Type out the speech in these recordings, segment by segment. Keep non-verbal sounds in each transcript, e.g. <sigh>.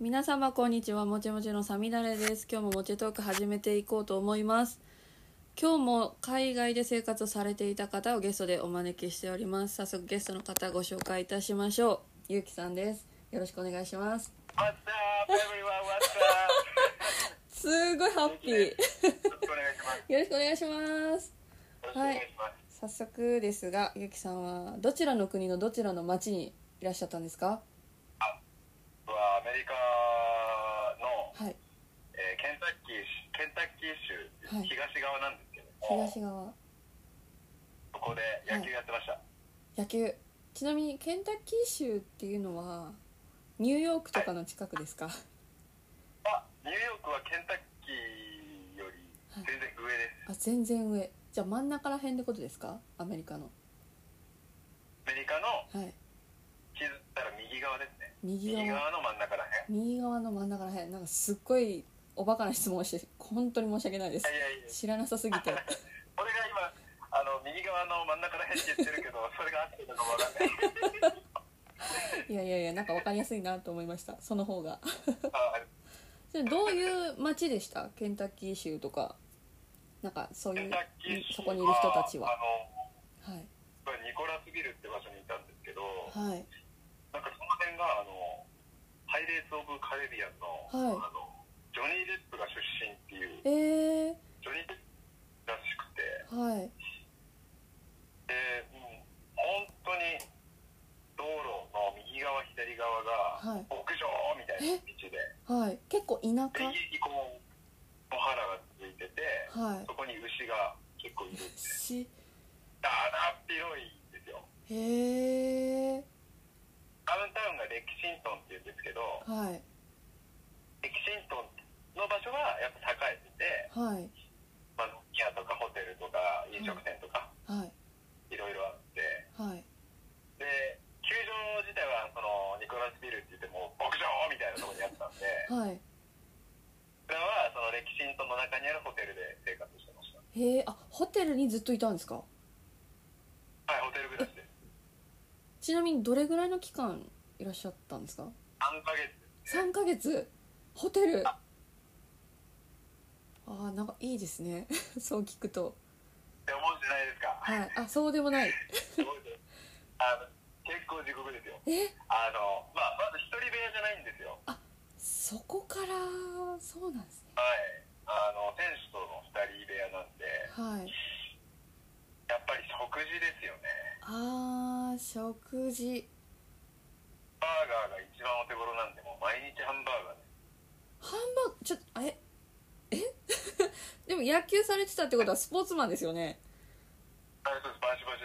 皆様こんにちはもちもちのさみだれです今日ももちトーク始めていこうと思います今日も海外で生活をされていた方をゲストでお招きしております早速ゲストの方ご紹介いたしましょうゆうきさんですよろしくお願いします What's up, everyone? What's up? すごいハッピーよよろしくお願いします。ろしくお願いしますよろしくお願いします。早速ですがゆうきさんはどちらの国のどちらの町にいらっしゃったんですか僕はアメリカの、はいえーケンタッキーしケンタッキー州、はい東側なんですけども、東側そこで野球やってました。野球ちなみにケンタッキー州っていうのはニューヨークとかの近くですかあ、ニューヨークはケンタッキーより全然上です。あ全然上じゃあ真ん中ら辺ってことですかアメリカのアメリカのはい地図ったら右側ですね。右右側側の真ん中らへん。右側の真ん中ら辺なんかすっごいおバカな質問をして本当に申し訳ないでいすやいやいや、知らなさすぎて俺が今、あの右側の真ん中らへんって言ってるけど、それが合ってるのかわかんない。いやいやいやなんか分かりやすいなと思いましたその方があそれどういう町でしたケンタッキー州とかなんかそうケいンうタッキー州そこにいる人たちはあのはいニコラスビルって場所にいたんですけど、はいなんかその辺があのパイレーツ・オブ・カレビアンの,、はいあのジョニー・デップが出身ってえー、いうジョニー・デップらしくてはいで、うん、本当に道路の右側左側はがい牧場みたいな道で、はい結構田舎右にこう野原が続いてて、はいそこに牛が結構いるしだだっ広いんですよへえダウンタウンがレキシントンっていうんですけど、はいエキシントンの場所はやっぱ栄えてて、はいまあ、飲み屋とかホテルとか飲食店とかはいいろいろあってはいで球場自体はそのニコラスビルって言っても牧場みたいなところにあったんで <laughs> はいそれはそのレキシントンの中にあるホテルで生活してましたへえあホテルにずっといたんですかはいホテル暮らし <laughs> ですちなみにどれぐらいの期間いらっしゃったんですか3ヶ月3ヶ月ホテルああなんかいいですね <laughs> そう聞くとって思うんじゃないですかはいあそうでもないすごいですあの結構地獄ですよえあの、まあ、まず一人部屋じゃないんですよそこからそうなんですねはいあの選手との2人部屋なんではいやっぱり食事ですよねあー食事バーガーが一番お手頃なんでもう毎日ハンバーガーですハンバーグちょっとあえ <laughs> えでも野球されてたってことはスポーツマンですよねあそうですバシバシ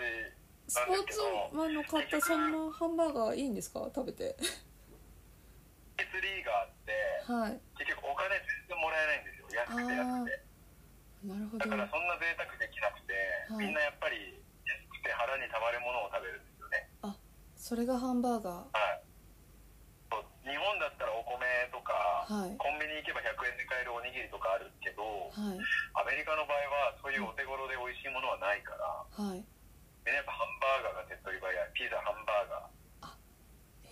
スポーツマンの方そんなハンバーガーいいんですか食べて S リーガーっはいて結局お金全然もらえないんですよ安くて安くてなるほだどからそんな贅沢できなくて、はいみんなやっぱり安くて腹にたまるものを食べるんですよねそれがハンバーガはいそう日本だったらお米とか、ーはいコンビニ行けば100円で買えるおにぎりとかあるけどはいアメリカの場合はそういうお手頃で美味しいものはないからはいみんなやっぱハンバーガーが手っ取り早いピザハンバーガ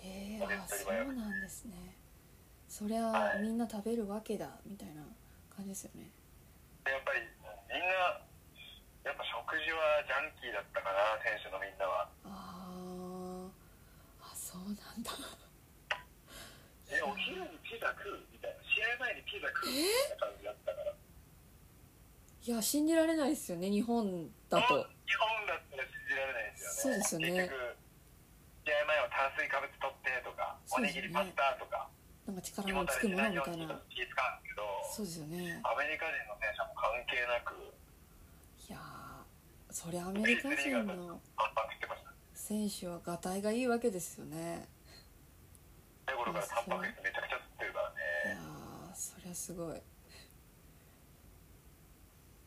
ーえー、あそうなんですねそりゃみんな食べるわけだみたいな感じですよねでやっぱりみんなやっぱ食事はジャンキーだったかな選手のみんなはあーあそうなんだえお昼にピザ食うみたいな試合前にピザ食うみたいな感じだったからいや信じられないですよね日本だと日本だったら信じられないですよねそうですよね結局試合前は炭水化物取ってとか、そうおにですぎよねりパスタとかなんか胃力ものたつくもれしのないみようたいにな気使うそうですよんですけどねアメリカ人の選手はもう関係なくいやーそりゃアメリカ人のパンパン食ってました選手はがたいがいいわけですよね最後からタンパク質めちゃくちゃ取ってるかいらやーねそりゃすごい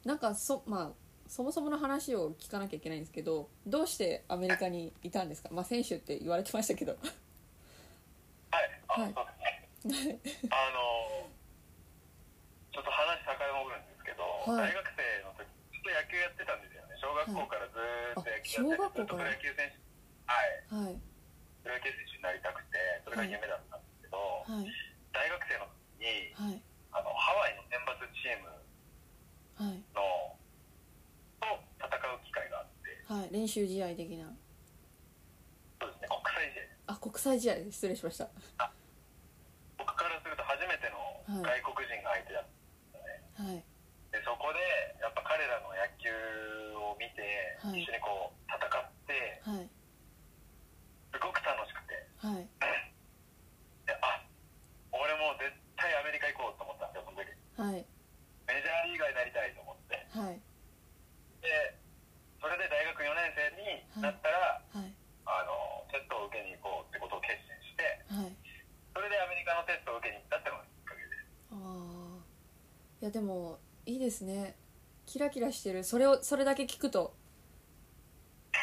なんかそまあそもそもの話を聞かなきゃいけないんですけどどうしてアメリカにいたんですかまあ選手って言われてましたけどははい、あいそうですねあのちょっと話遡るんですけど、はい大学生の時ずっと野球やってたんですよね小学校からずーっと野球やはいあっ小学校てて、ずっとかプロら野球選手ははいいプロ野球選手になりたくてそれが夢だったんですけど、はい大学習試合的なそうですね、国際試合あ国際試合失礼しました僕からすると初めての外国人が相手だったので,、はいでそこでやっぱ彼らの野球を見て、はい一緒にこう戦ってはいすごく楽しくてはいであ俺もう絶対アメリカ行こうと思ったんですよその時はいメジャーリーガーになりたいと思ってはいでそれで大学4年生になったら、はいあのテストを受けに行こうってことを決心してはいそれでアメリカのテストを受けに行ったってのがきっかけでああいやでもいいですねキラキラしてるそれをそれだけ聞くとそう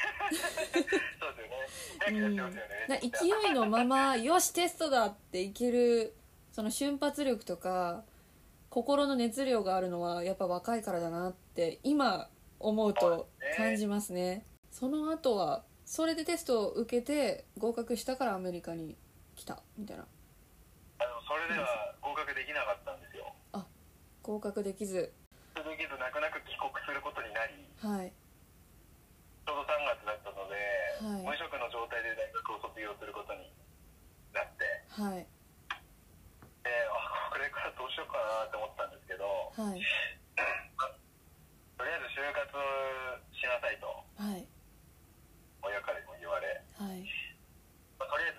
ですよねうん、キラキなラしてますよね、勢いのまま「よしテストだ!」っていけるその瞬発力とか心の熱量があるのはやっぱ若いからだなって今思うと感じますねその後はそれでテストを受けて合格したからアメリカに来たみたいなあのそれでは合格できなかったんですよ合格できず続けず泣く泣く帰国することになりはいちょうど3月だったので、はい無職の状態で大学を卒業することになってはいであこれからどうしようかなと思ったんですけどはいとりあえず就活をしなさいとはい親からも言われ、はいまあとりあえ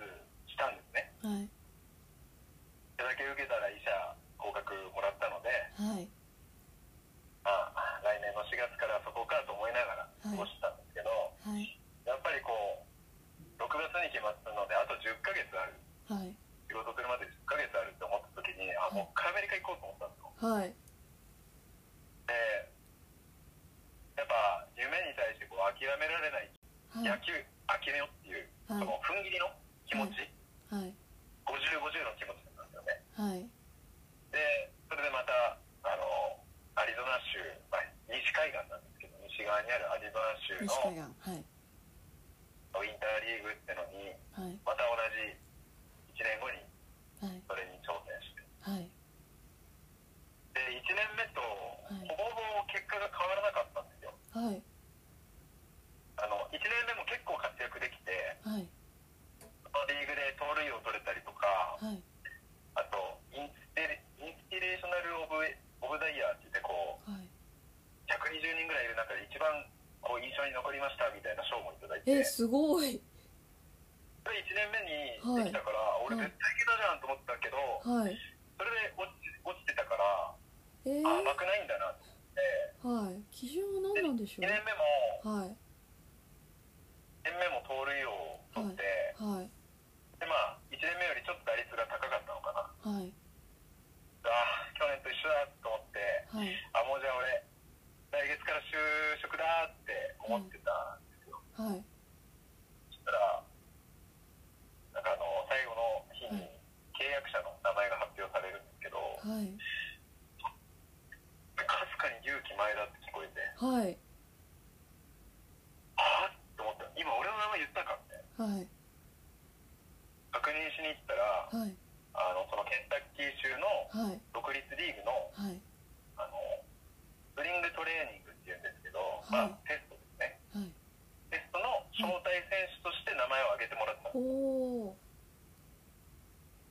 ずしたんですねはい手だけ受けたら医者合格もらったので、はいまあ、来年の4月からそこかと思いながら過ごしてたんですけど、はいやっぱりこう6月に決まったのであと10ヶ月あはるい仕事するまで10ヶ月あるって思った時にあもう一回アメリカ行こうと思ったんはいですよでやっぱ夢に対してこう諦められないは野い球諦めようっていう、はいその踏ん切りの気持ち、はい5050の気持ちだったんですはよねいでそれでまたあのアリゾナ州、まあ、西海岸なんですけど西側にあるアリゾナ州西海の岸はいウィンターリーグってのにはいまた同じ1年後はにいそれに挑戦してはいで1年目といほぼほぼ結果が変わらなかったんですよはいあの1年目も結構活躍できてはいリーグで盗塁を取れたりとかはいあとインスピレインスピレーショナル・オブ・オブ・ザ・イヤーって言ってこうはい120人ぐらいいる中で一番こう印象に残りましたみたいな賞もいただいてえすごいそれ1年目にできたから、俺は絶い対いけたじゃんと思ったけど、はいそれで落ち落ちてたからえー、あ甘くないんだなと思はいって基準は何なんでしょ1年う目もはい1年目も盗塁を取って、はいでまあ1年目よりちょっと打率が高かったのかなはいあー去年と一緒だと思ってはいあもうじゃあ俺来月から就職だって思ってた、はいそしたらなんかあの最後の日はにい契約者の名前が発表されるんですけど、はいかすかに勇気前だって聞こえてはいああって思った今俺の名前言ったかってはい確認しに行ったらはいあのそのケンタッキー州はのい独立リーグのはいあのスプリングトレーニングっていうんですけど、はいまあ、テストですねはいテストの招待選手として名前を挙げてもらったんですおお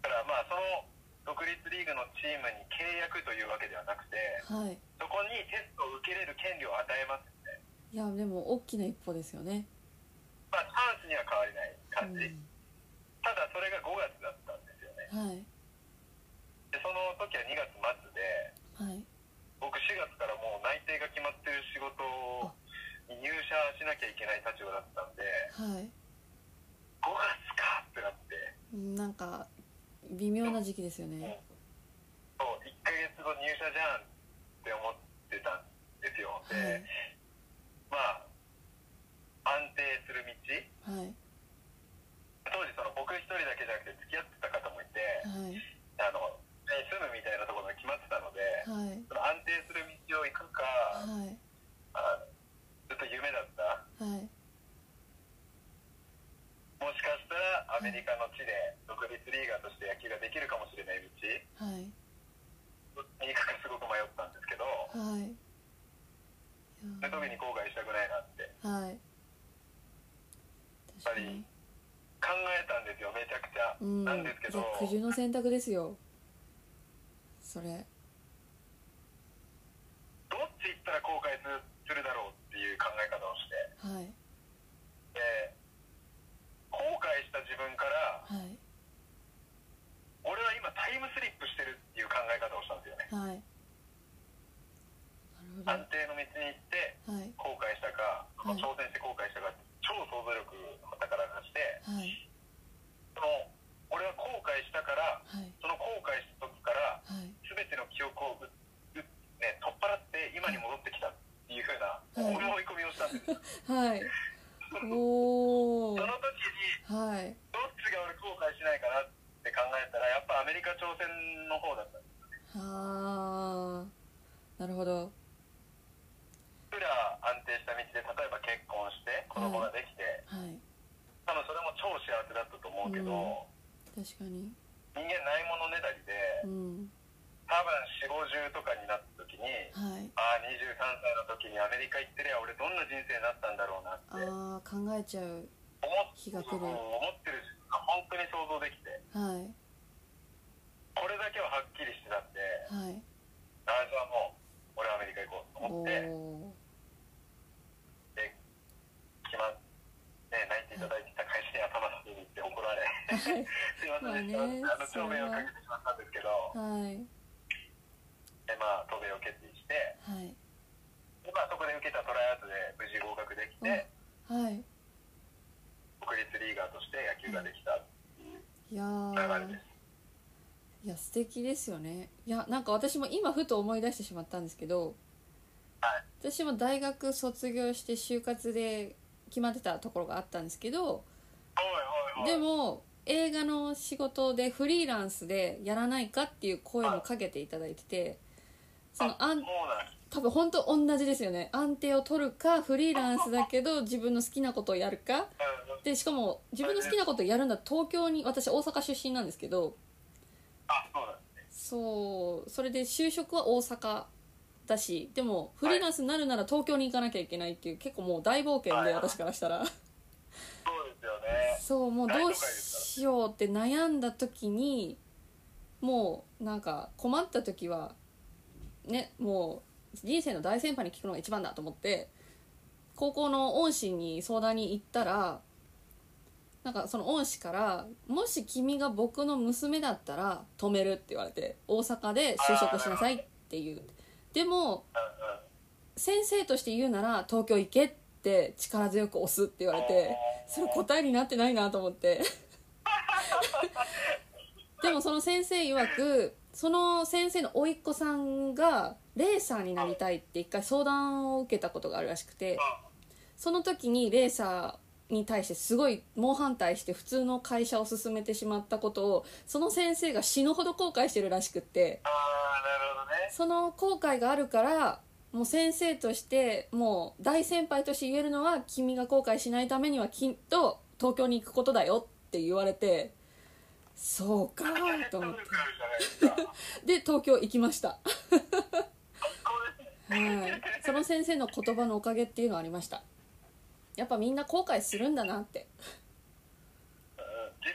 だからまあその独立リーグのチームに契約というわけではなくてーはいそこにテストを受けれる権利を与えますねいやでも大きな一歩ですよねまあチャンスには変わりない感じ、うただそれが5月だったんですよんはねいでその時は2月末ではい僕4月からもう内定が決まってる仕事をに入社しなきゃいけない立場だったんではい5月かってなってうんなんか微妙な時期ですよねそう1ヶ月後入社じゃんって思ってたんですよはいでまあ安定する道はい当時その僕一人だけじゃなくて付き合ってた方もいてはいあの住むみたいなところが決まってたのではいその安定する道を行くかはいあずっと夢だったはいもしかしたらアメリカの地で独立リーガーとして野球ができるかもしれない道はいに行くかすごく迷ったんですけどはいいやその時に後悔したくないなはってい冬の選択ですよそれどっち行ったら後悔するするだろうっていう考え方をしてはいで後悔した自分からはい俺は今タイムスリップしてるっていう考え方をしたんですよはねいなる安定の道に行ってほどはい後悔したか、はい挑戦して後悔したかって超想像力の宝がしてはいその俺は後悔したからはいその後悔した時からはい全ての記憶をううね、取っ払って今に戻ってきたっていうふうな思い込みをしたんです、はい。おおそ。の時にはい。どっちが俺後悔しないかなって考えたらやっぱアメリカ挑戦の方だったはあ。なるほど。いくら安定した道で例えば結婚して子供ができて、はい。多分それも超幸せだったと思うけど、うん確かに。人間ないものねだりでうん。多分4 5 0とかになった時にはい。ああ23歳の時にアメリカ行ってりゃ俺どんな人生になったんだろうなって思っああ、考えちゃう。日が来る思ってる瞬間本当に想像できてはい。これだけははっきりしてたんではい。ああじゃあもう俺アメリカ行おお。こうと思ってで決まって。ね、泣いていただいてた会社に頭の上に行って怒ら <laughs> れはい。すいませんでしまた、あねあの長命をかけてしまったんですけどはい。でまあ渡米を決意してはい。でまあそこで受けたトライアウトで無事合格できて、はい。国立リーガーとして野球ができたいやー流れです。いや素敵ですよねいやなんか私も今ふと思い出してしまったんですけどはい私も大学卒業して就活で決まってたところがあったんですけどおいおいおい。でも映画の仕事でフリーランスでやらないかっていう声もかけていただいててそのああそうんなんです。多分本当同じですよね安定を取るかフリーランスだけど自分の好きなことをやるかうんうんでしかも自分の好きなことをやるんだ東京に私大阪出身なんですけどあ、そうなんですね。そうそれで就職は大阪だしでもフリーランスになるなら東京に行かなきゃいけないっていう結構もう大冒険はいで私からしたら。そうですよね。そうもうどうしようって悩んだ時にもうなんか困った時はねもう人生の大先輩に聞くのが一番だと思って高校の恩師に相談に行ったらなんかその恩師から「もし君が僕の娘だったら止める」って言われて大阪で就職しなさいっていうでも先生として言うなら東京行けって力強く押すって言われて。それ答えになってないなと思ってでもその先生曰くその先生の甥っ子さんがレーサーになりたいって一回相談を受けたことがあるらしくてその時にレーサーに対してすごい猛反対して普通の会社を進めてしまったことをその先生が死ぬほど後悔してるらしくってああ、なるほどね。その後悔があるからもう先生としてもう大先輩として言えるのは君が後悔しないためにはきっと東京に行くことだよって言われてそうかと思っ説得力あるじゃないですか。てで東京行きました、そうですはい、そ <laughs> の先生の言葉のおかげっていうのはありましたやっぱみんな後悔するんだなって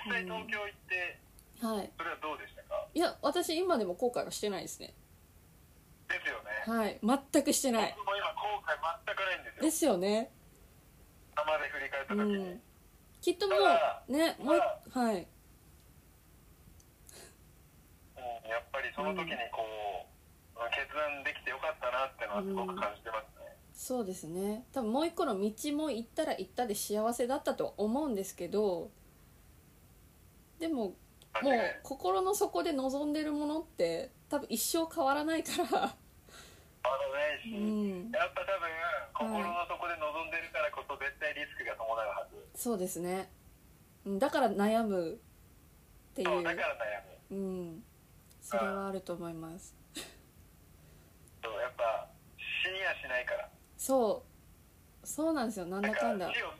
実際東京行って、はいそれはどうでしたかいや私今でも後悔はしてないですねですよね。はい全くしてない僕も今後悔全くないんですでよ。すよね生で振り返ったう時んに。きっともうねもう一はいうんやっぱりその時にこう、決断できてよかったなってのはすごく感じてますね。そうですね多分もう一個の道も行ったら行ったで幸せだったとは思うんですけどでももう間違いない心の底で望んでるものって多分一生変わらないからあのね、うんやっぱ多分心の底で望んでるからこそ絶対リスクが伴うはず、そうですねうんだから悩むっていそうだうから悩むうんそれはあると思いますそうやっぱ死にはしないからそうそうなんですよなんだかんだ死を隣り合わ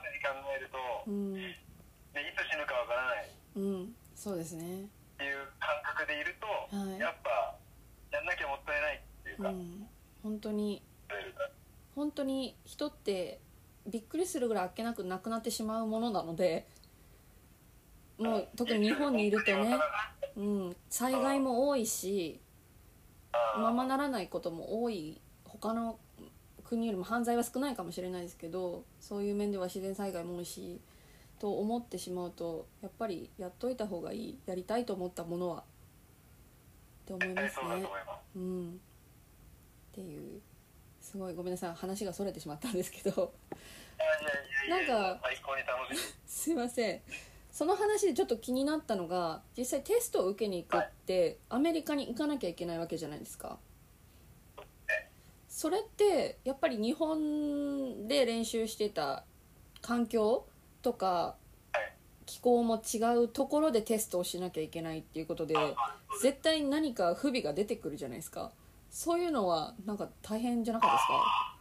せに考えるうとんでいつ死ぬかわからないっうんそうですねていう感覚でいると、はいやっぱやんなきゃもったいないっていううか、ん本当にレベルが本当に人ってびっくりするぐらいあっけなくなくなってしまうものなのでもう特に日本にいるとね、うん、災害も多いしままならないことも多い他の国よりも犯罪は少ないかもしれないですけどそういう面では自然災害も多いしと思ってしまうとやっぱりやっといた方がいいやりたいと思ったものはって思いますそうだとね。思います。うん、っていうすごいごめんなさい話がそれてしまったんですけどいやいやいやいやなんか最高に楽しい。すいませんその話でちょっと気になったのが実際テストを受けに行くってアメリカに行かなきゃいけないわけじゃないですかそれってやっぱり日本で練習してた環境とかはい気候も違うところでテストをしなきゃいけないっていうことで絶対何か不備が出てくるじゃないですかそういうのはなんか大変じゃなかったですか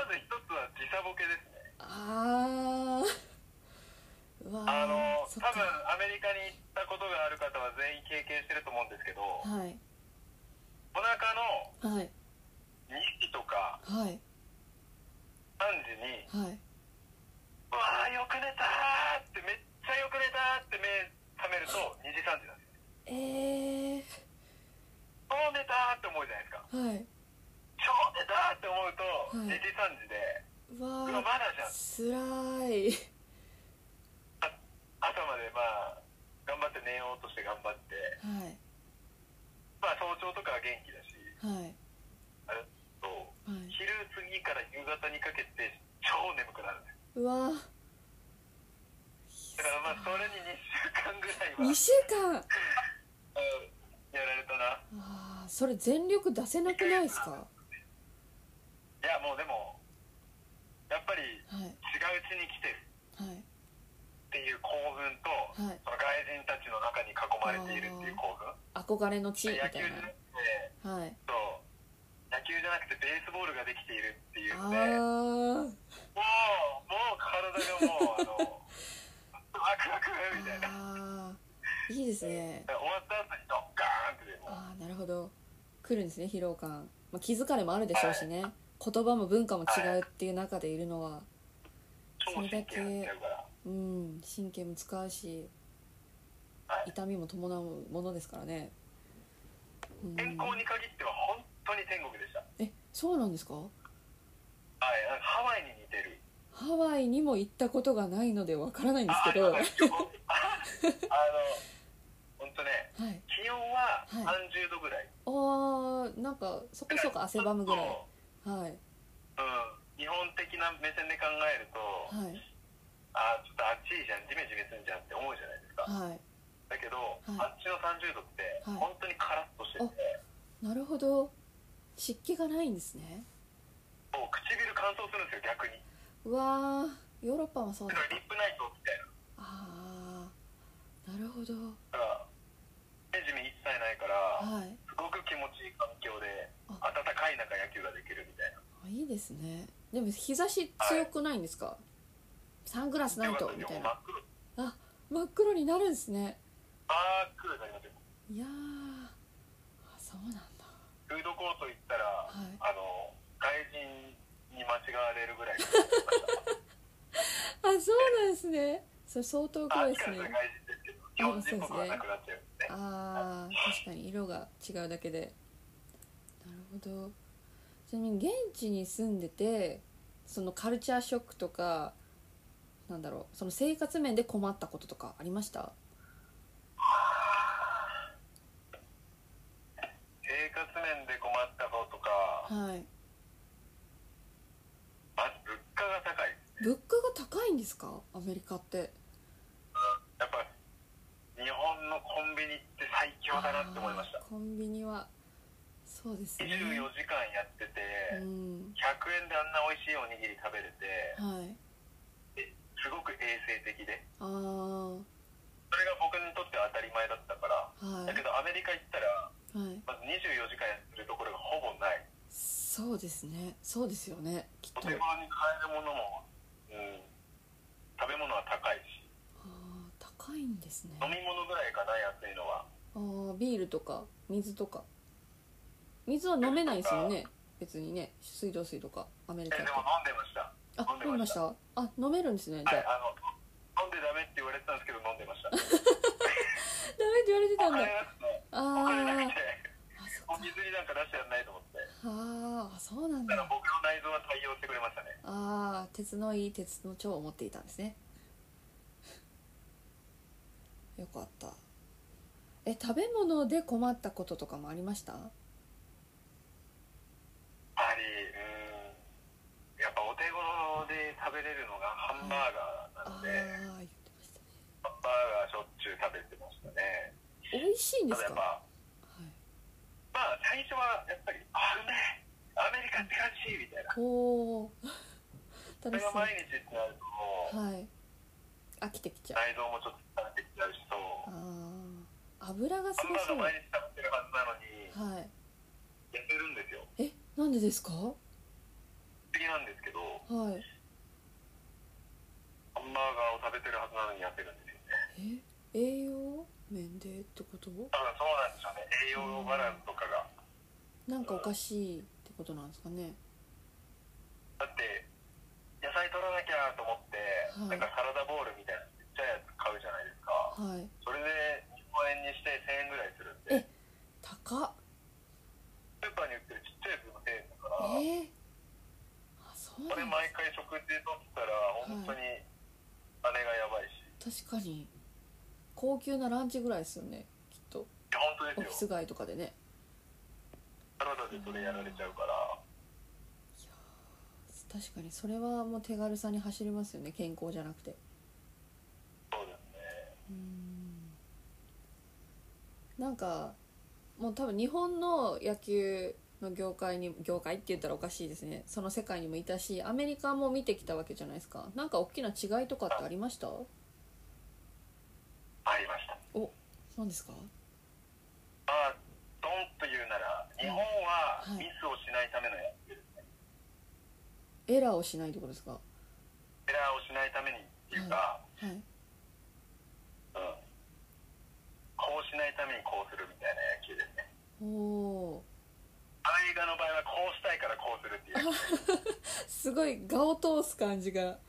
まず一つは時差ボケですね。あーうわーあのそっ多分かアメリカに行ったことがある方は全員経験してると思うんですけど、はいお腹はのい2時とかはい3時にはい「うわーよく寝たー!」ってめっちゃよく寝たーって目覚めると2時3時なんですよ。え超寝たーって思うじゃないですか。ー、はい超寝たーって思うとはい2時3時うで、わーうわまだじゃんつらい朝までまあ頑張って寝ようとして頑張って、はいまあ、早朝とかは元気だしはいあれとはい昼過ぎから夕方にかけて超眠くなるんですうわだからまあそれに2週間ぐらいは2週間うんやられたなあーそれ全力出せなくないですかいやもうでもやっぱりはい違ううちに来てるはいっていう興奮と、はいその外人たちの中に囲まれているっていう興奮憧れの地み野たい球じゃなくてなはいそう野球じゃなくてベースボールができているっていうのあでーもう、もう体がもう、あの、ワクワクみたい <laughs> な。あーいいですね終わった後にドッカーンってでも、ああなるほど来るんですね疲労感、まあ、気づかれもあるでしょうしね言葉も文化も違うっていう中でいるのは超神経やっちゃうから。うん神経も使うしはい痛みも伴うものですからね、うん、健康に限っては本当に天国でした。えそうなんですかはい、あのハワイに似てる。ハワイにも行ったことがないのでわからないんですけどあはあいそうなんですよあの、本当ね、気温ははい30度ぐらい。あーなんかそこそこ汗ばむぐらいそうはいうん、日本的な目線で考えると、はいあーちょっと暑いじゃん、ジメジメするじゃんって思うじゃないですか。はだけど、はあっちの30度って、はい本当にカラッとしてて、いなるほど湿気がないんですねもう唇乾燥するんですよ、逆に。うわーヨーロッパもそうだだからリップナイトみたいな。ああなるほどだから、ジメジメ一切ないから、はいすごく気持ちいい環境で、あ暖かい中野球ができるみたいな。あいいですねでも日差し強くないんですかサングラスないとみたいな真っ黒。真っ黒になるんですね真っ黒になりますよ。いやーあそうなんだフードコート行ったら、はいあの、外人に間違われる <laughs> ぐらい。あそうなんですねそれ相当あ黒っいちですからしたねら外人ですけど、日本人っぽくはなくなっちゃうね。あー確かに色が違うだけでなるほどちなみに現地に住んでてそのカルチャーショックとかなんだろうその生活面で困ったこととかありました生活面で困ったことか、はいまず物価が高い。物価が高いんですかアメリカってやっぱ、日本のコンビニって最強だなって思いましたあ。ーコンビニはそうですね24時間やってて、うん100円であんな美味しいおにぎり食べれてはいすごく衛生的であーそれが僕にとっては当たり前だったからはだけどアメリカ行ったらいはいまず24時間やってるところがほぼないそうですねそうですよねきっおと手頃に買えるものも、うん、食べ物は高いしあー高いんですね飲み物ぐらいかな安いのあはービールとか水とか水は飲めないですよね別にね水道水とかアメリカえでっても飲んでましたあ飲飲みまんでまししたあ飲めるんですねじはいゃあの飲んでダメって言われてたんですけど飲んでましたあれって言われてたんおだあ金なくてお金なくてああそおっか水になんか出してやんないと思ってあーあそうなんだかだら僕の内臓は対応してくれましたねああ鉄のいい鉄の蝶を持っていたんですね <laughs> よかったえ食べ物で困ったこととかもありましたやはりうんやっぱお手頃で食べれるのがハンバーガーなああの言でってましたねハンバーガーしょっちゅう食べてましたね美味しいんでたすかだやっぱはいまあ最初はやっぱりあうめえアメリカって感じみたいなおお <laughs> そ楽しれそがう毎日ってなるともうはい飽きてきちゃう内臓もちょっと疲れてきちゃうしそうああ油がすハンごバそうーガはー毎日食べてるはずなのにい痩せるんですよえなんでですかは不思議なんですけどいハンバーガーを食べてるはずなのに痩せるんですよねえ栄養面でってこと多分そうなんでしょうね栄養バランスとかがなんかおかしいってことなんですかねだって野菜取らなきゃと思って、はいなんかサラダボールみたいなちっちゃいやつ買うじゃないですかはいそれで日本円にして1000円ぐらいするんでえ高っスーパーに売ってるちっちゃいやつも1000円だかえらー、あそうこれなん毎回食事取ったら本当にあれがやばいし、確かに高級なランチぐらいですよねきっといや本当オでフィすよス街とかでねサラダでそれやられちゃうから確かにそれはもう手軽さに走りますよね健康じゃなくてそうですねうんなんかもう多分日本の野球の業界に業界って言ったらおかしいですねその世界にもいたしアメリカも見てきたわけじゃないですかなんか大きな違いとかってありましたありました何ですかまあドンと言うなら日本ははいミスをしないためのやつエラーをしないってことですかはエラーをしないためにっていうか、いうんこうしないためにこうするみたいな野球ですねおおアメリカの場合はこうしたいからこうするってーいうはい <laughs> すごい画を通す感じがはい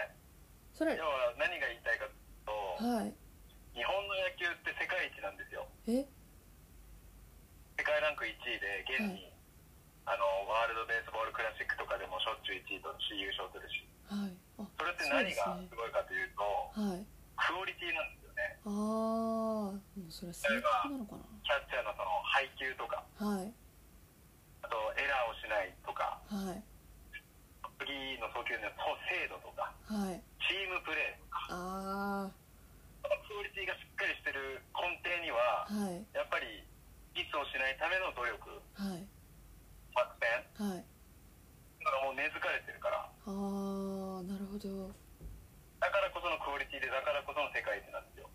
はいそれ要は何が言いたいかとはいいうと日本の野球って世界一なんですよえ世界ランク1位で現に、あのワールド・ベースボール・クラシックとかでもしょっちゅう1位とし優勝するしはいあそれって何そがうですごいかというとすねはいクオリティなんですよねああもうそれは性格なのかキャッチャーのその配球とかなはいあとエラーをしないとかはい次の送球の精度とかはいチームプレーとかあクオリティがしっかりしてる根底にはあはいやっぱりミスをしないための努力はい作戦はいだからもう根付かれてるからあーなるほどだからこそのクオリティでだからこその世界一なんですよ、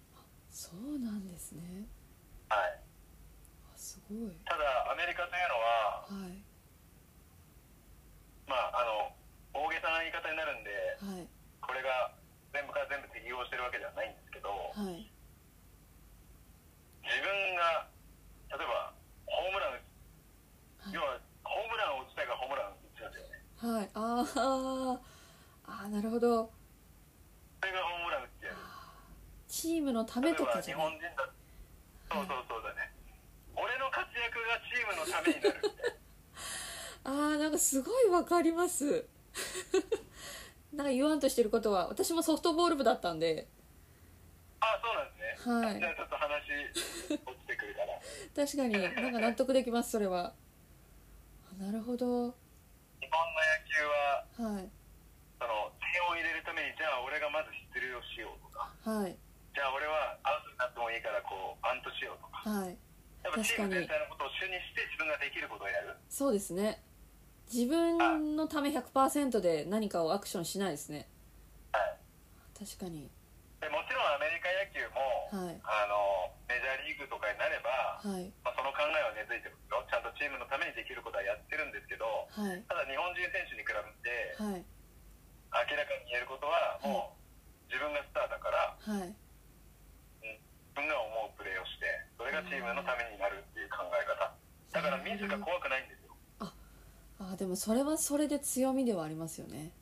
そうなんですねはい、あすごいただアメリカというのははいまああの大げさな言い方になるんではいこれが全部から全部適用してるわけではないんですけどはい自分が例えばホームランはい要はホームランを打ちたいからホームランを打つんですはいよねあーあーなるほどそれがホームラン打ってやるチームのため例えとばかじゃ日な本い人だそうそうそうだね俺の活躍がチームのためになるみ <laughs> たいあなーなんかすごいわかります <laughs> なんか言わんとしてることは私もソフトボール部だったんであそうなんですね、はいじゃあちょっと話落ちてくるから日確かになんか納得できますそれはあなるほど本の野球ははいその点を入れるためにじゃあ俺がまず出塁をしようとかはいじゃあ俺はアウトになってもいいからこうバントしようとかはいやっぱチー確ムかに全体のことを主にして自分ができることをやるそうですね自分のため100%で何かをアクションしないですねはい確かにでもちろんアメリカ野球も、はいあのメジャーリーグとかになれば、はいまあ、その考えは根付いてますよちゃんとチームのためにできることはやってるんですけどはいただ日本人選手に比べてはい明らかに言えることはもう自分がスターだからはい自分が思うプレーをしてそれがチームのためになるっていう考え方だからミスが怖くないんですよあでもそれはそれで強みではありますよね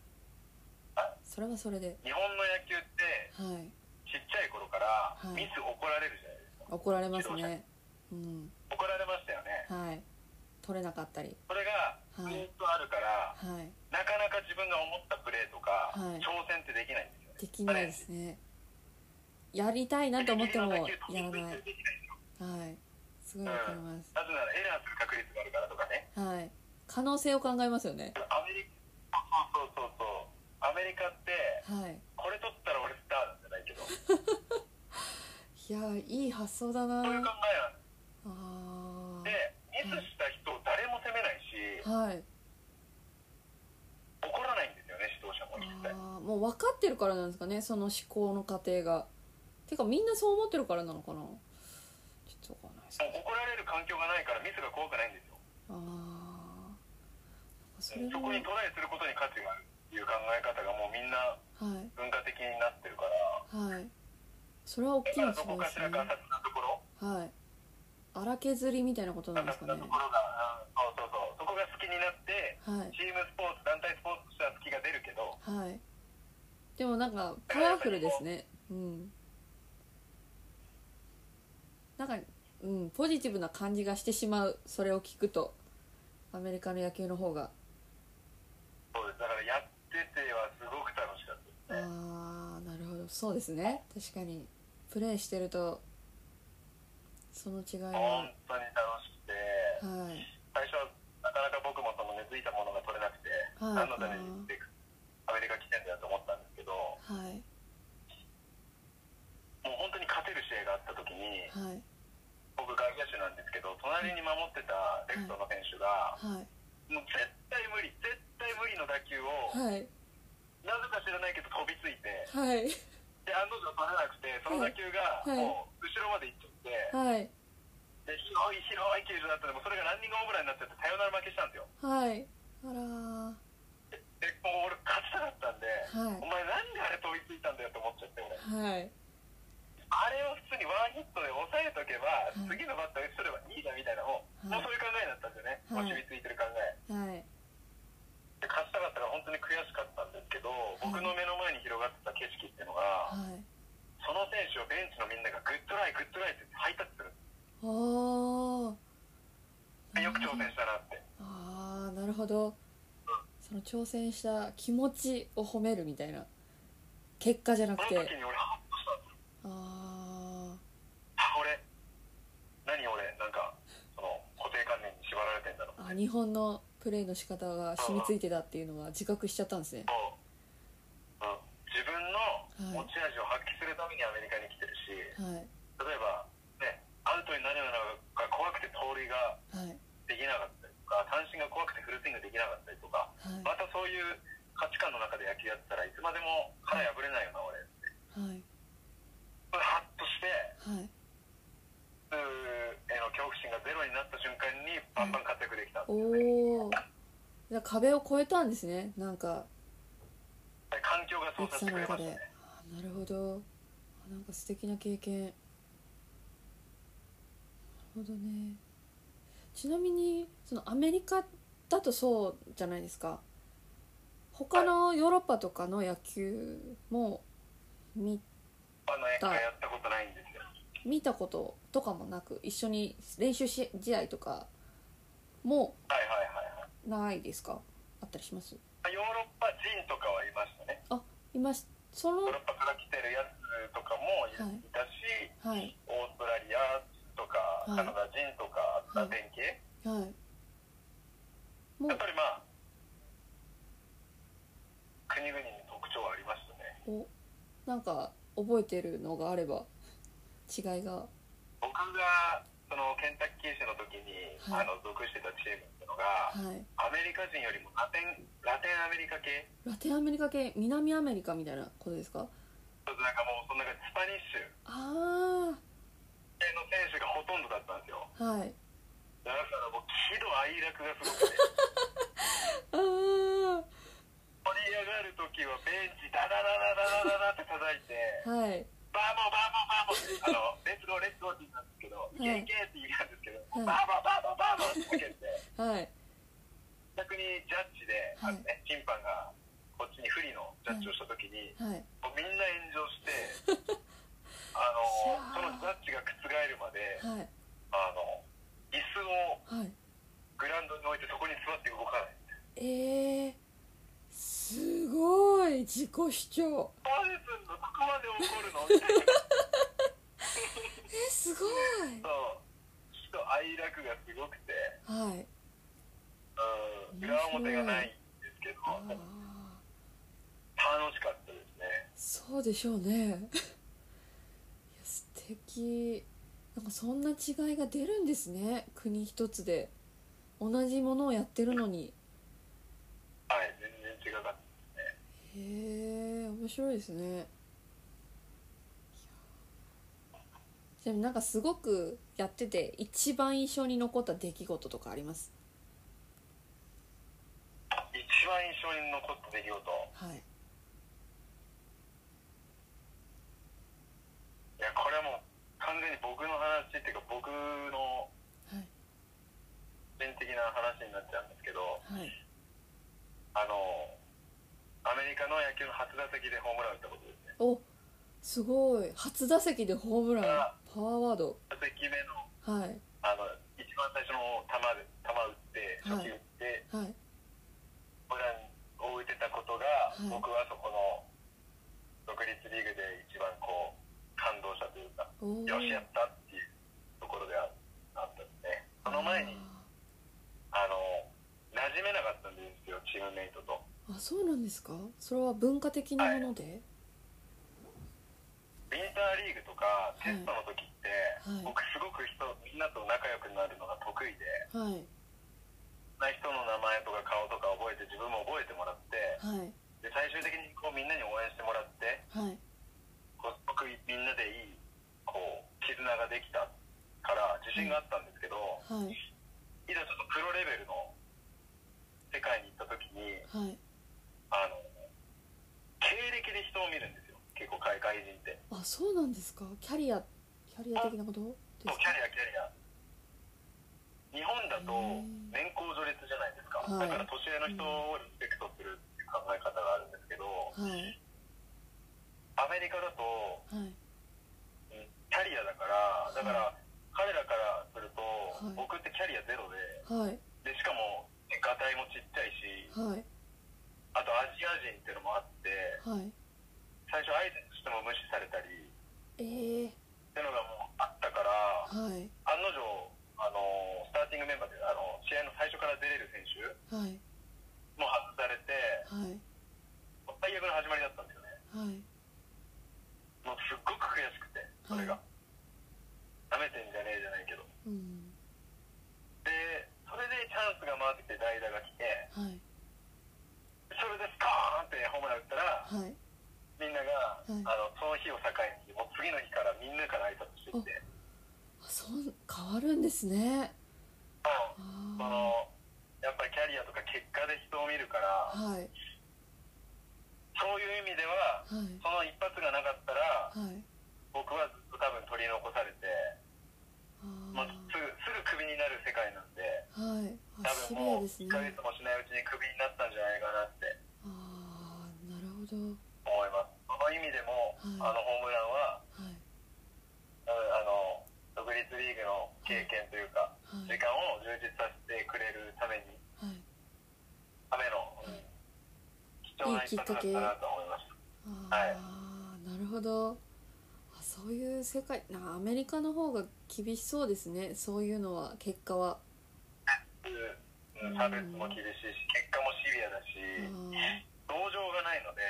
それはそれで日本の野球ってはいちっちゃい頃からはミいス怒られるじゃないですか怒られますねうん怒られましたよはいね取れなかったりそれがずはいっとあるかはら、いなかなか自分が思ったプレーとか、はい挑戦ってできないんですよねできないですねやりたいなと思ってもやらないできないんですはいすよごいわかりますなぜならエラーする確率があるからとかねはい可能性を考えますよねアメリカそうそうそうそうアメリカってはいこれ取ったら俺スターなんじゃないけどいそうやーいい発想だいう考なえなんあでミスした人を誰も責めないしーはい怒らないんですよね指導者も一切あーもう分かってるからなんですかねその思考の過程がてかみんなそう思ってるからなのかなちょっと分かんないですもう怒られる環境がないからミスが怖くないんですよああそれそこにトライすることに価値があるっていう考え方がもうみんはな文化的になってるかいはらいそれは大だきいのからどすこごいですねはいかしらが浅なところ荒削りみたいなことなんです浅かなねところがうんそうそうそうそこが好きになってはいチームスポーツ団体スポーツとしては好きが出るけどはいでもなんかパワフルですねうんなんか、うん、ポジティブな感じがしてしまうそれを聞くとアメリカの野球の方がそうですだからやっててはすごく楽しかったですねああなるほどそうですね確かにプレーしてるとその違い本は当に楽しくてはい最初はなかなか僕もその根付いたものが取れなくてはい何のために行ってアメリカ来てんだよと思ったんですけどもはいう本当に勝てる試合があった時にはい僕外野手なんですけど隣に守ってたレフトの選手がはいもう絶対無理絶対無理の打球をはいなぜか知らないけど飛びついてはいで案の定取れなくてその打球がはいもう後ろまで行っちゃってはいで広い広い球場だったんでもうそれがランニングオーブランになっちゃってサヨナラ負けしたんですよはいあらーでもう俺勝ちたかったんではいお前なんであれ飛びついたんだよって思っちゃって俺はいあれを普通にワンヒットで抑えとけばい次のバッター打ち取ればいいじゃんみたいなもうはもいうそういう考えだったんですよねもはうい染みついてる考はえいで勝ちたかったから本当に悔しかったんですけど僕の目の前に広がってた景色っていうのがはいその選手をベンチのみんながグッドライグッドライって言ってハイタッチするおーよく挑戦したなってあーなるほどその挑戦した気持ちを褒めるみたいな結果じゃなそくの時てに俺ハッとしたんですよああ俺何俺なんかその固定観念に縛られてんだろうーあ日本のプレーの仕方が染みついてたっていうのは自覚しちゃったんですねそう、うん、自分の持ち味を発揮するためにアメリカに来てるはいし例えばねアウトになるのが怖くて盗塁がはいできなかったりとか三振が怖くてフルスイングできなかったりとかはまたそういう価値観の中で野球やってたらいつまでも腹破れないよないは俺いこれハッとしてはいうーへの恐怖心がゼロになった瞬間にバンバン活躍できたんですよねおお壁を越えたんですねなんか環境がそうミさキさせんてのくれ中ましたでねあーなるほどあなんか素敵な経験なるほどねちなみにそのアメリカだとそうじゃないですか他のヨーロッパとかの野球も見あの演歌やったことないんですよ見たこととかもなく一緒に練習試合とかもはいはいはいはないいですかあったりしますヨーロッパ人とかはいましたね今そのヨーロッパから来てるやつとかはもいいたし、はいオーストラリアとか、はいカナダ人とかはいラテン系、はいもやっぱりまあ国々に特徴はありましたねおなんか覚えてるのがあれば違いが僕がそのケンタッキー州の時に、はいあの属してたチームっていうのが、はいアメリカ人よりもラテンラテンアメリカ系ラテンアメリカ系南アメリカみたいなことですかちょっとなんかもうその中でスパニッシュあ系の選手がほとんどだったんですよあはいだからもう喜怒哀楽がすごくあてー盛り上がる時はベンチダダダダダダダって叩いてはいバーボーバーボーバーボーあのレッツゴーレッツゴーって言ったんですけど、はいい、けいけって言ったんですけど、いバーボーバーボーバーボーって叫んではい逆にジャッジで、あのね、審判がこっちに不利のジャッジをした時に、はい <laughs> もうみんな炎上してあのいやーそのジャッジが覆るまではいあの椅は子をいグラウンドに置いてそこに座って動かないえー、すごい自己主張パーズンのここまで怒るのみたいなえすごいそうちょっと哀楽がすごくて、はいうん、裏表がないんですけどあー楽しかったですねそうでしょうね <laughs> いや素敵なんかそんな違いが出るんですね国一つで同じものをやってるのにはい全然違かったへえ面白いですねいやちなみになんかすごくやってて一番印象に残った出来事とかあります一番印象に残った出来事はいいやこれはもう完全に僕の話っていうか僕のはい個人的な話になっちゃうんですけどはいあのアメリカの野球の初打席でホームラン打ったことですねおすごい初打席でホームランあパワーワード打席目のはいあの一番最初の球で球打ってはいは初球打って、いホームランを打てたことが、い僕はそこの独立リーグで一番こう感動したというか、おーよしやったっていうところではあったんですねその前にあの馴染めなかったんですよチームメイトとあーあそうなんですかそれは文化的なもので、ウィンターリーグとかいテストの時って、はい僕すごく人みんなと仲良くなるのが得意ではい、な人の名前とか顔とか覚えて自分も覚えてもらってはいで最終的にこうみんなに応援してもらってはいこうすごくみんなでいいこう絆ができたから自信があったんですけど、はいいざちょっとプロレベルの世界に行った時にはいあの経歴で人を見るんですよ結構外外人ってあそうなんですかキャリアキャリア的なことでそうすキャリアキャリア日本だへとー年功序列じゃないですか、はいだから年上の人をリスペクトするっていう考え方があるんですけどかはいアメリカだとはいうんキャリアだからだから彼らからすると、い僕ってキャリアゼロではいでしかもガタイもちっちゃいしはいあとアジア人っていうのもあってはい最初挨拶しても無視されたりっええていうのがもうあったからはい案の定あのスターティングメンバーであの試合の最初から出れる選手はいも外されてはい最悪の始まりだったんですよねはいもうすっごく悔しくてそれがな、舐めてんじゃねえじゃないけどうんでそれでチャンスが回ってきて代打が来てはいそれでスカーンってホームラン打ったはらいみんなが、はいあのその日を境にもう次の日からみんなから挨拶してきてあそん変わるんですねうんあそのやっぱりキャリアとか結果で人を見るかあらはいそういう意味でははいその一発がなかったらはい僕はずっと多分取り残されて、まああ、すぐすぐクビになる世界なんであはいあシ多ビア分もうです1ねヶ月もしないうちにクビになったんじゃないかなってああなるほど思いますその意味でも、はいあのホームラはいンはうんあの独立リーグの経験というか、はい時間を充実させてくれるためにはいための、うん貴重な一発だったなと思いましたああなるほどあそういう世界なんかアメリカの方が厳しそうですねそういうのは結果はうん差別も厳しいし結果もシビアだしあ同情がないので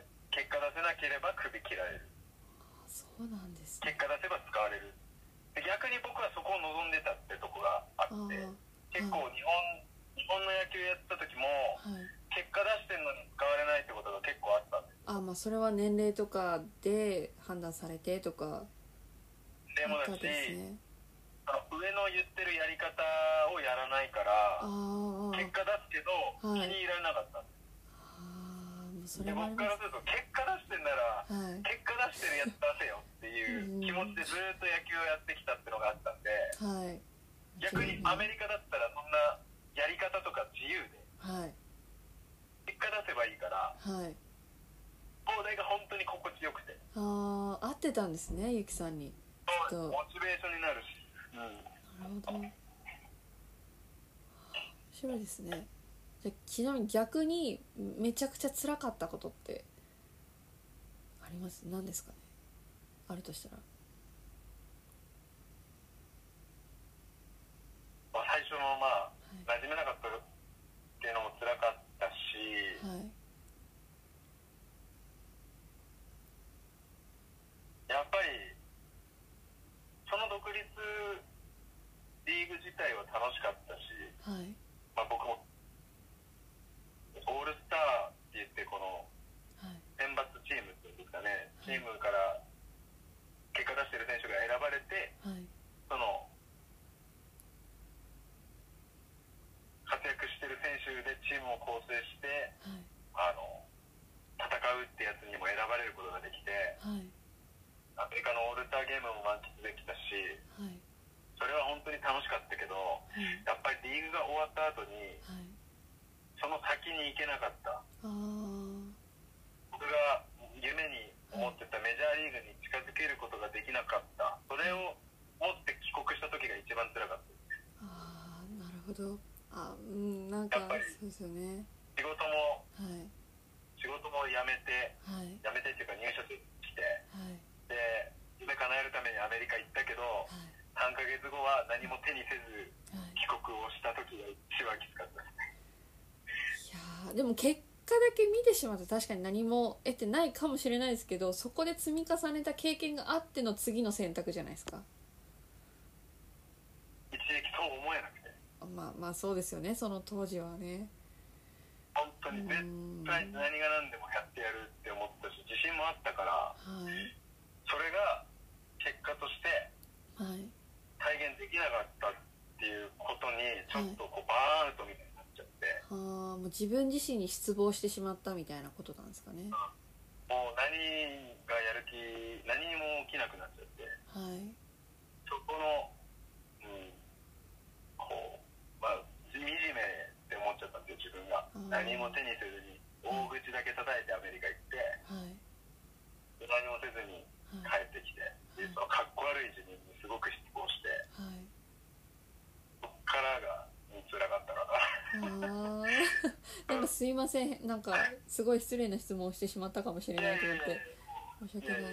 ああ結果出せなければ首切られるあそうなんですね結果出せば使われるで逆に僕はそこを望んでたってとこがあああって結構日本日本の野球やった時もはい結果出してんのに使われないってことが結構あったんですあまあそれは年齢とかで判断されてとかでもあっただし、ですねあの上の言ってるやり方をやらないかあらーあ結ー果出すけどはい気に入られなかったあーんでもうすそれでもあ僕りまからすると結果出してんならすはい結果出してるやつ出せよっていう気持ちでずーっと野球をやってきたってのがあったんではい逆にアメリカだったらそんなやり方とか自由ではい結果出せばいいからはいそれが本当に心地よくてああんですねゆきさんにそうそうモチベーションになるし、うん、なるほど面白いですねじゃあちなみに逆にめちゃくちゃ辛かったことってあります何ですかねあるとしたらまあ、最初のまあは馴染めなかったっていうのも辛かったし、い、はい、やっぱりその独立リーグ自体は楽しかったし、はいまあ、僕もオールスターって言ってこのはい選抜チームっていうんですかねチームから結果出してる選手が選ばれてはいその活躍してる選手でチームを構成してはいあの戦うってやつにも選ばれることができてはいアメリカのオールスターゲームも満喫できたしはいそれは本当に楽しかったけどはいやっぱりリーグが終わった後にはいその先に行けなかったあー僕が夢に思ってたメジャーリーグに近づけることができなかったそれを持って帰国した時が一番辛かったあーなるほどあうんなんかやっぱりそうですよね仕事もはい仕事も辞めてはい辞めてっていうか入社してきてはいで夢叶えるためにアメリカ行ったけどはい3ヶ月後は何も手にせずはい帰国をした時が一番きつかったですいやーでも結果だけ見てしまうと確かに何も得てないかもしれないですけどそこで積み重ねた経験があっての次の選択じゃないですか一時期そう思えなくてまあまあそうですよねその当時はね本当うにー絶んは対い何が何でもやってやるって思ったし自信もあったからはそれが結果としてい体現できなかったっていうことにちょっとこうバーンとみたいになっちゃってあーもう自分自身に失望してしまったみたいなことなんですかねもう何がやる気何にも起きなくなっちゃってはいそこの、うん、こうまあ惨めって思っちゃったんですよ自分がうん何も手にせずに大口だけ叩いてアメリカ行っはいて何もせずにはい帰ってきてでそのかっこ悪い自分にすごく失望してはいそっからがつらかったかな。ああなんかすいませんなんかすごい失礼な質問をしてしまったかもしれないと思って申し訳ないい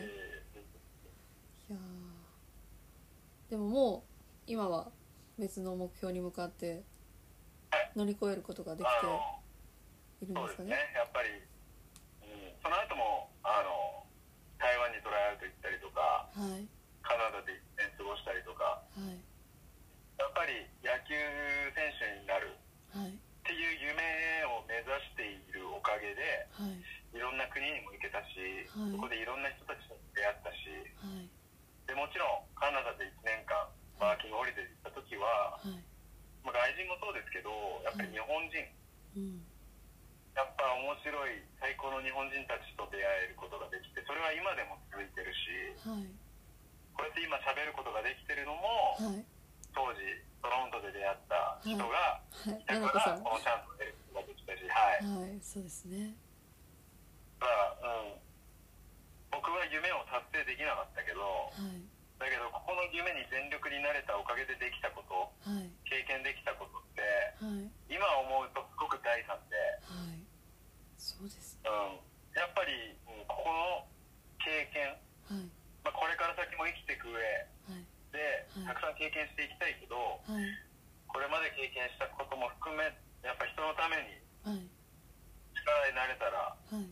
やーでももう今は別の目標に向かって乗り越えることができあのているんそうでですすかねね。やっぱり、うん、その後もあの台湾にトライアウト行ったりとかはいはいカナダで一年過ごしたりとかやっぱり野球選手になるっはいていう夢を目指しているおかげではいいろんな国にも行けたし、はいそこでいろんな人たちに出会ったしはいでもちろんカナダで1年間ワーキングホリデー行った時は、はいまあ、外人もそうですけどやっぱり日本人うんやっぱ面白い最高の日本人たちと出会えることができてそれは今でも続いてるしはいこうやって今喋ることができてるのはもい当時トロントで出会った人がはいいたななかこさんらこのチャンスを得ることができたしははいいそうですねだからうん僕は夢を達成できなかったけどはいだけどここの夢に全力になれたおかげでできたことはい経験できたことってはい今思うとすごく大差ではいそうですうんやっぱり、うんここの経験はいまあ、これから先も生きていく上はいではいたくさん経験していきたいけど、はいこれまで経験したことも含めやっぱ人のためにはい力になれたらはい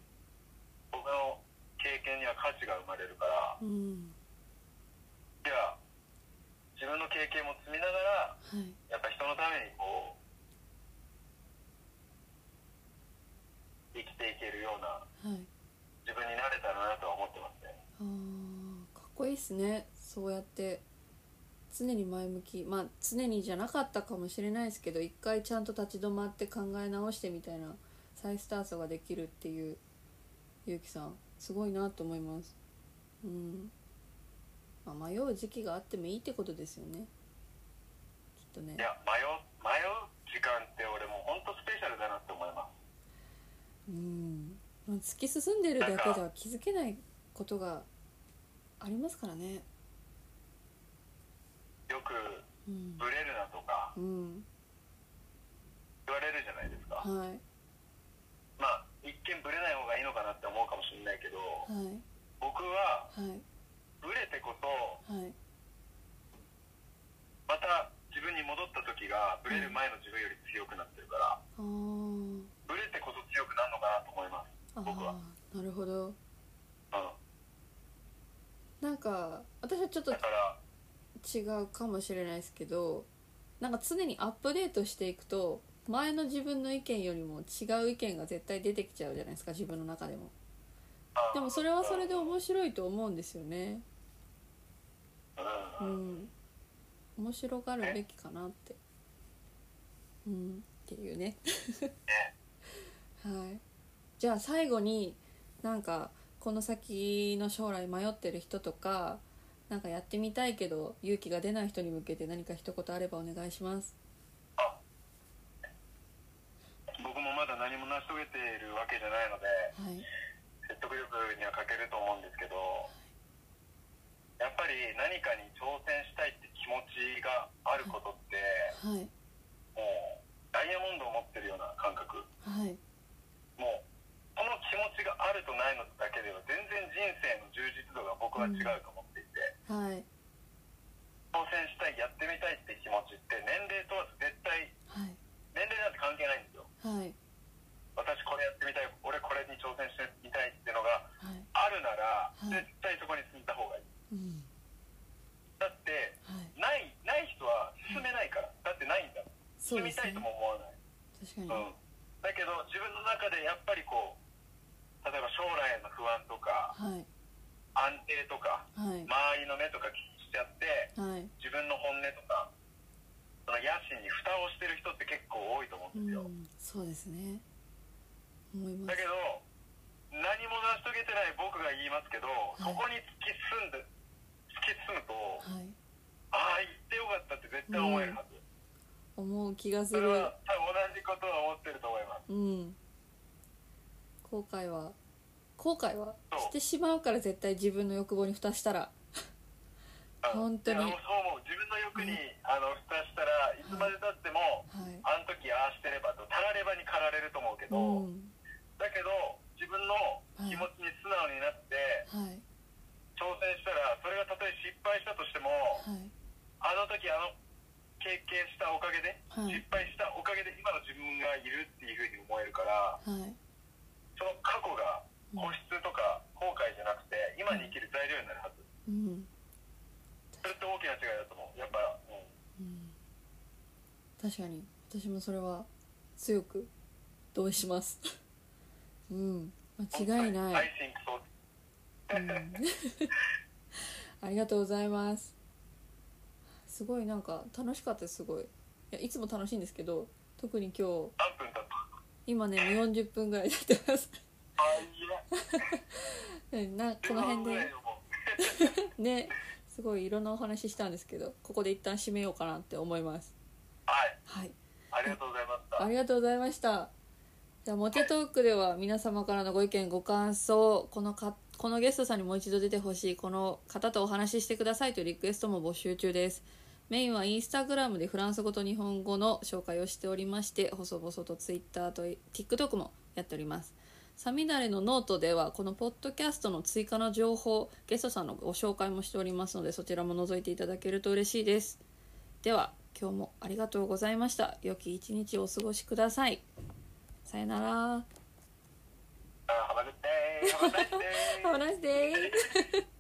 僕の経験には価値が生まれるからうんでは自分の経験も積みながらはいやっぱ人のためにこう生きていけるようなはい自分になれたらなとは思ってますねあーかっこいいですねそうやって常に前向きまあ常にじゃなかったかもしれないですけど一回ちゃんと立ち止まって考え直してみたいな再スタートができるっていうゆうきさんすごいなと思いますうん、まあ、迷う時期があってもいいってことですよねきっとねいや迷う迷う時間って俺もう本当スペシャルだなって思いますうんまあ突き進んでるだけでは気づけないことがありますからねよくうんブレるなとかうん言われるじゃないですか、はいまあ一見ブレない方がいいのかなって思うかもしれないけどはい僕ははいブレてこそはいまた自分に戻った時がブレる前の自分より強くなってるからあーブレてこそ強くなるのかなと思いますあ僕はーなるほどうんなんか私はちょっとだから違うかもしれないですけどなんか常にアップデートしていくと前の自分の意見よりも違う意見が絶対出てきちゃうじゃないですか自分の中でもあでもそれはそれで面白いと思うんですよねう、うんん面白がるべきかなってうんっていうね <laughs> はいじゃあ最後になんかこの先の将来迷ってる人とかなんかやってみたいけど勇気が出ない人に向けて何か一言あればお願いします僕もまだ何も成し遂げているわけじゃないのではい説得力には欠けると思うんですけどやっぱり何かに挑戦したいって気持ちがあることってはいもうダイヤモンドを持ってるような感覚はいもうこの気持ちがあるとないのだけでは全然人生の充実度が僕は違うと思っていて、はい挑戦したいやってみたいって気持ちって年齢問わず絶対はい年齢なんて関係ないんですよはい私これやってみたい俺これに挑戦してみたいっていうのがはいあるならい絶対そこに進んだ方がいいうんだってはいないない人は進めないからだってないんだもんそうで進みすたいねとも思わ確かにないうん、だけど自分の中でやっぱりこう例えば将来への不安とかはい安定とかはい周りの目とか気にしちゃってはい自分の本音とかその野心に蓋をしてる人って結構多いと思ううんですんそよ、うですね思いまだすけど何も成し遂げてない僕が言いますけど、そこに突き進んで突き進むとはいああ言ってよかったって絶対思えるはず、思う気がすそれるは多分同じことは思ってると思いますうん後悔は後悔はしてしまうから絶対自分の欲望に蓋したらう本ん当にいやそう思う自分の欲に、あの蓋したらいつまでたっても、はいあの時ああしてればとたらればに駆られると思ううけど、んだけど自分の気持ちに素直になって、はい挑戦したらそれがたとえ失敗したとしてもはいあの時あの経験したおかげで、はい失敗したおかげで今の自分がいるっていうふうに思えるかはらいその過去が固執とか後悔じゃなくて今に生きる材料になるはずうんそれって大きな違いだと思うやっぱ、うん、うん確かに私もそれは強く同意します <laughs> うん間違いなアイい、シンクそううん <laughs> ありがとうございますすごいなんか楽しかったですすごいいやいつも楽しいんですけど特に今日何分経った今ね40分ぐらい経ってます <laughs> あいいなうんなこの辺15分ぐらいでよもうねすごいいろんなお話ししたんですけどここで一旦締めようかなって思いますはいはいありがとうございましたありがとうございました。じゃあ、モテトークでは皆様からのご意見、ご感想、このか、このゲストさんにもう一度出てほしい、この方とお話ししてくださいというリクエストも募集中です。メインはインスタグラムでフランス語と日本語の紹介をしておりまして、細々とツイッターと TikTok もやっております。サミダレのノートでは、このポッドキャストの追加の情報、ゲストさんのご紹介もしておりますので、そちらも覗いていただけると嬉しいです。では今日もありがとうございました良き一日をお過ごしくださいさよなら <laughs> あ Have a good day <laughs> Have a nice day Have a nice day